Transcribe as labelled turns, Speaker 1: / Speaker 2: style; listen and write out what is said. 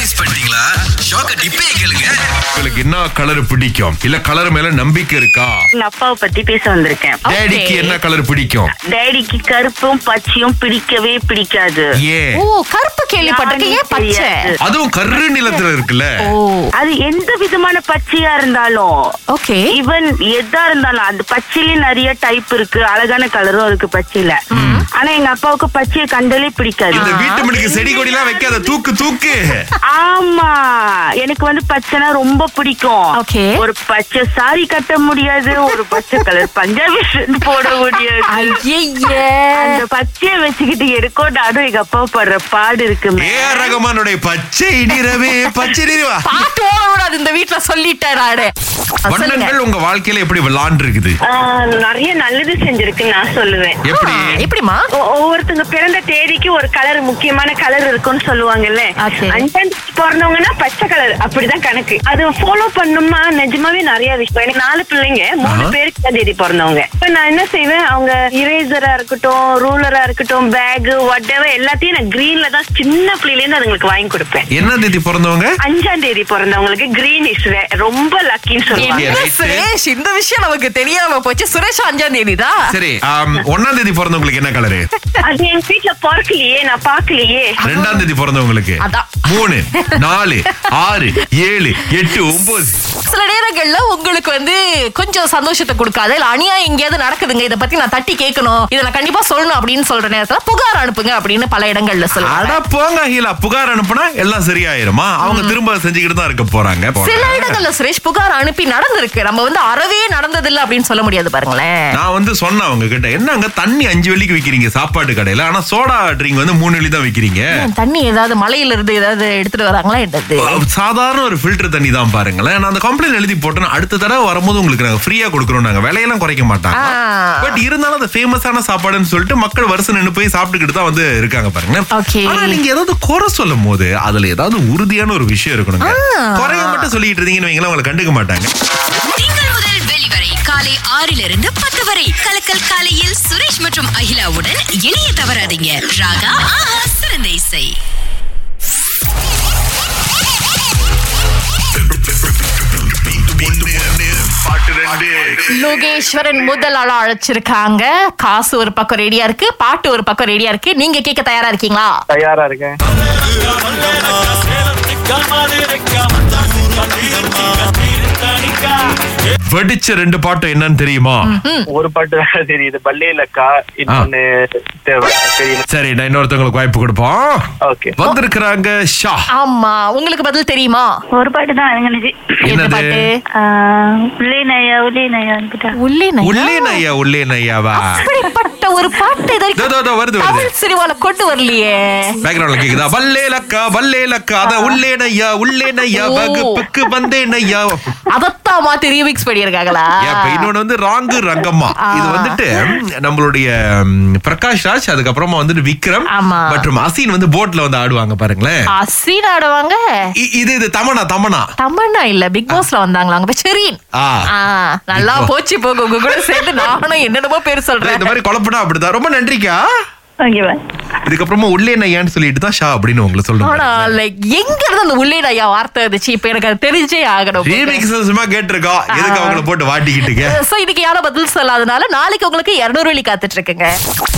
Speaker 1: Miss பண்ணிட்டீங்களா ஷாக்க டிப்பே கேளுங்க
Speaker 2: உங்களுக்கு என்ன கலர் பிடிக்கும் இல்ல கலர் மேல நம்பிக்கை இருக்கா
Speaker 3: எங்க அப்பாவை பத்தி பேச வந்திருக்கேன்
Speaker 2: டேடிக்கு என்ன கலர் பிடிக்கும்
Speaker 3: டேடிக்கு கருப்பும் பச்சையும் பிடிக்கவே பிடிக்காது
Speaker 2: ஏன்
Speaker 4: ஓ கருப்பு கேள்விப்பட்டிருக்கேன் ஏன் பச்சை
Speaker 2: அதுவும் கரு நிலத்துல இருக்குல்ல
Speaker 4: ஓ
Speaker 3: அது எந்த விதமான பச்சையா இருந்தாலும்
Speaker 4: ஓகே
Speaker 3: ஈவன் எதா இருந்தாலும் அந்த பச்சையிலே நிறைய டைப் இருக்கு அழகான கலரும் இருக்கு பச்சையில ஆனா எங்க அப்பாவுக்கு பச்சையை கண்டாலே பிடிக்காது
Speaker 2: இந்த வீட்டு மணிக்கு செடி கொடி எல்லாம் வைக்காத தூக்கு தூக்கு
Speaker 3: ஆமா எனக்கு வந்து பச்சைனா ரொம்ப பிடிக்கும்
Speaker 4: Okay.
Speaker 3: ஒரு பச்சை சாரி கட்ட முடியாது ஒரு பச்சை கலர் பஞ்சாபி shirt போட முடியாது அந்த பச்சையை வச்சுக்கிட்டு எடுக்கோ நானும் எங்க அப்பா படுற பாடு இருக்குமே
Speaker 2: ஏ ஆர் ரகமானுடைய பச்சை நிறவே பச்சை நிறவா
Speaker 4: பாட்டு ஓடக்கூடாது இந்த வீட்டுல சொல்லிட்டேன் நானு சொல்லுங்க.
Speaker 2: வண்ணங்கள் உங்க வாழ்க்கையில எப்படி விளாண்டு இருக்குது
Speaker 5: ஆஹ் நிறைய நல்லது செஞ்சிருக்குன்னு நான் சொல்லுவேன்
Speaker 2: எப்படி
Speaker 4: ஆ, எப்படிமா
Speaker 5: ஒ- ஒவ்வொருத்தங்க பிறந்த தேதிக்கு ஒரு கலர் முக்கியமான கலர் இருக்கும்னு சொல்லுவாங்கல்ல
Speaker 4: Okay.
Speaker 5: அஞ்சாம் தேதி பிறந்தவங்கன்னா பச்சை கலர் அப்படிதான் கணக்கு அது ஃபாலோ பண்ணோம்னா நிஜமாவே நிறைய விஷயம் எனக்கு நாலு பிள்ளைங்க மூணு
Speaker 2: ஆஹா.
Speaker 5: பேருக்கு அஞ்சாம் தேதி பிறந்தவங்க இப்ப நான் என்ன செய்வேன் அவங்க இரேசரா இருக்கட்டும் ரூலரா இருக்கட்டும் பேக் வாட் எல்லாத்தையும் நான் கிரீன்ல தான் சின்ன பிள்ளையில இருந்து அதுங்களுக்கு வாங்கி கொடுப்பேன்
Speaker 2: என்ன தேதி பிறந்தவங்க
Speaker 5: அஞ்சாம் தேதி பிறந்தவங்களுக்கு கிரீன் இஸ் ரொம்ப லக்கின்னு சொல்லுவாங்க
Speaker 4: என்ன
Speaker 2: right.
Speaker 4: சுரேஷ் இந்த விஷயம் நமக்கு தெரியாம போச்சு சுரேஷ் அஞ்சாம் தேதிதா
Speaker 2: சரி ஆம், ஒண்ணாம் தேதி பிறந்தவங்களுக்கு என்ன கலரு
Speaker 5: அது எங்க வீட்டுல பார்க்கலையே நான் பார்க்கலையே
Speaker 2: ரெண்டாம் தேதி பிறந்தவங்களுக்கு
Speaker 4: அதான்.
Speaker 2: மூணு நாலு ஆறு ஏழு எட்டு ஒன்பது
Speaker 4: சில நேரங்கள்ல உங்களுக்கு வந்து கொஞ்சம் சந்தோஷத்தை கொடுக்காது இல்ல அநியாயம் எங்கேயாவது நடக்குதுங்க இத பத்தி நான் தட்டி கேட்கணும் இத நான் கண்டிப்பா சொல்லணும் அப்படின்னு சொல்ற நேரத்துல புகார் அனுப்புங்க அப்படின்னு பல இடங்கள்ல
Speaker 2: அட
Speaker 4: சொல்லுவாங்க
Speaker 2: போங்க அகிலா புகார் அனுப்புனா எல்லாம் சரியாயிருமா அவங்க திரும்ப செஞ்சுக்கிட்டு தான் இருக்க போறாங்க
Speaker 4: சில இடங்கள்ல சுரேஷ் புகார் அனுப்பி நடந்திருக்கு நம்ம வந்து அறவே நடந்தது இல்ல அப்படின்னு சொல்ல முடியாது பாருங்களேன்
Speaker 2: நான் வந்து சொன்னேன் அவங்க கிட்ட என்னங்க தண்ணி அஞ்சு வெள்ளிக்கு விக்கிறீங்க சாப்பாட்டு கடையில ஆனா சோடா ட்ரிங்க் வந்து மூணு வெள்ளி தான் விக்கிறீங்க
Speaker 4: ஏன் தண்ணி ஏதாவது மலையில இருந்து ஏதாவது எடுத்துட்டு வராங்களா என்னது
Speaker 2: சாதாரண ஒரு ஃபில்டர் தண்ணி தான் பாருங்களேன் நான் அந்த கம்ப்ளைண்ட் எழுதி போட்டேன் அடுத்த தடவை வரும்போது உங்களுக்கு நாங்க ஃப்ரீயா கொடுக்குறோம் நாங்க விலையெல்லாம் குறைக்க மாட்டாங்க
Speaker 4: ஆ.
Speaker 2: பட் இருந்தாலும் அது ஃபேமஸான சாப்பாடுன்னு சொல்லிட்டு மக்கள் வருஷம் நின்று போய் சாப்பிட்டுக்கிட்டு தான் வந்து இருக்காங்க பாருங்க
Speaker 4: Okay.
Speaker 2: ஆனா நீங்க ஏதாவது குறை சொல்லும் போது அதுல ஏதாவது உறுதியான ஒரு விஷயம் இருக்கணுங்க குறைய மட்டும் சொல்லிட்டு இருந்தீங்கன்னு வைங்களேன் உங்களை கண்டுக்க மாட்டாங்க
Speaker 6: திங்கள் முதல் வெளிவரை காலை ஆறிலிருந்து பத்து வரை கலக்கல் காலையில் சுரேஷ் மற்றும் அகிலாவுடன் இணைய தவறாதீங்க ராகா ஆஹா சிறந்த இசை
Speaker 4: லோகேஸ்வரன் முதல் ஆளா அழைச்சிருக்காங்க காசு ஒரு பக்கம் ரெடியா இருக்கு பாட்டு ஒரு பக்கம் ரெடியா இருக்கு நீங்க கேட்க தயாரா இருக்கீங்களா
Speaker 7: தயாரா இருக்கேன்
Speaker 2: வெடிச்ச ரெண்டு பாட்டம் என்னன்னு தெரியுமா
Speaker 7: ஒரு பாட்டு வேற தெரியுது பல்லையில கா இன்னொன்னு தேவை தெரியுது
Speaker 2: சரி நான் இன்னொருத்தவங்களுக்கு வாய்ப்பு கொடுப்போம்
Speaker 7: ஓகே
Speaker 2: வந்திருக்கிறாங்க ஷா
Speaker 4: ஆமா உங்களுக்கு பதில் தெரியுமா
Speaker 3: ஒரு பாட்டு தான் அழங்கினுச்சு
Speaker 4: என்ன
Speaker 2: என்னது?
Speaker 4: பாட்டு
Speaker 3: உள்ளே நயா உள்ளே நயான்னு
Speaker 4: உள்ளே
Speaker 2: உள்ளே நையா உள்ளே நையாவா
Speaker 4: அப்படிப்பட்ட ஒரு பாட்டு இது
Speaker 2: இதோ, இதோ, இதோ, வருது,
Speaker 4: வரைக்கும்
Speaker 2: வருது.
Speaker 4: தமிழ் சினிமால கொண்டு வரலையே
Speaker 2: பேக்ரவுண்ட்ல கேக்குதா பல்லே லக்கா பல்லே லக்கா அத உள்ளே நையா உள்ளே நையா
Speaker 4: ஓ.
Speaker 2: வகுப்புக்கு வந்தே நையா
Speaker 4: அதத்தான் மாத்தி ரீமிக்ஸ் பண்ணியிருக்காங்களா
Speaker 2: ஏன் இப்ப இன்னொன்னு வந்து ராங்கு ரங்கம்மா
Speaker 4: ஆ.
Speaker 2: இது வந்துட்டு ம், நம்மளுடைய ம், பிரகாஷ் ராஜ் அதுக்கப்புறமா வந்துட்டு விக்ரம்
Speaker 4: ஆமா.
Speaker 2: மற்றும் அசீன் வந்து போட்ல வந்து ஆடுவாங்க பாருங்களேன்
Speaker 4: அசீன் ஆடுவாங்க
Speaker 2: இ- இது இது தமனா தமனா
Speaker 4: தமன்னா இல்ல பிக் பாஸ்ல வந்தாங்களா அவங்க பேர் செரீன்
Speaker 2: ஆ.
Speaker 4: ஆ, நல்லா
Speaker 2: Big Boss.
Speaker 4: போச்சு போங்க உங்க கூட சேர்ந்து நானும் என்னென்னமோ பேர்
Speaker 2: இந்த
Speaker 4: சொல்றேன்
Speaker 2: மாதிரி குழப்பினா அப்படிதான் ரொம்ப நன்றிக்கா
Speaker 3: ஓகேவா
Speaker 2: இதுக்கப்புறமா உள்ளே நையான்னு சொல்லிட்டு தான் ஷா அப்படின்னு உங்களை
Speaker 4: ஆனா
Speaker 2: சொல்லுங்க
Speaker 4: லைக் எங்க இருந்து அந்த உள்ளே ஐயா வார்த்தை வந்துச்சு இப்ப எனக்கு அது தெரிஞ்சே ஆகணும்
Speaker 2: ரீமிக்ஸ் சும்மா கேட்டிருக்கோம் எதுக்கு அவங்கள போட்டு வாட்டிக்கிட்டுங்க
Speaker 4: சோ இதுக்கு யாரும் பதில் சொல்லாதனால நாளைக்கு உங்களுக்கு 200 வழி காத்துட்டு இருக்குங்க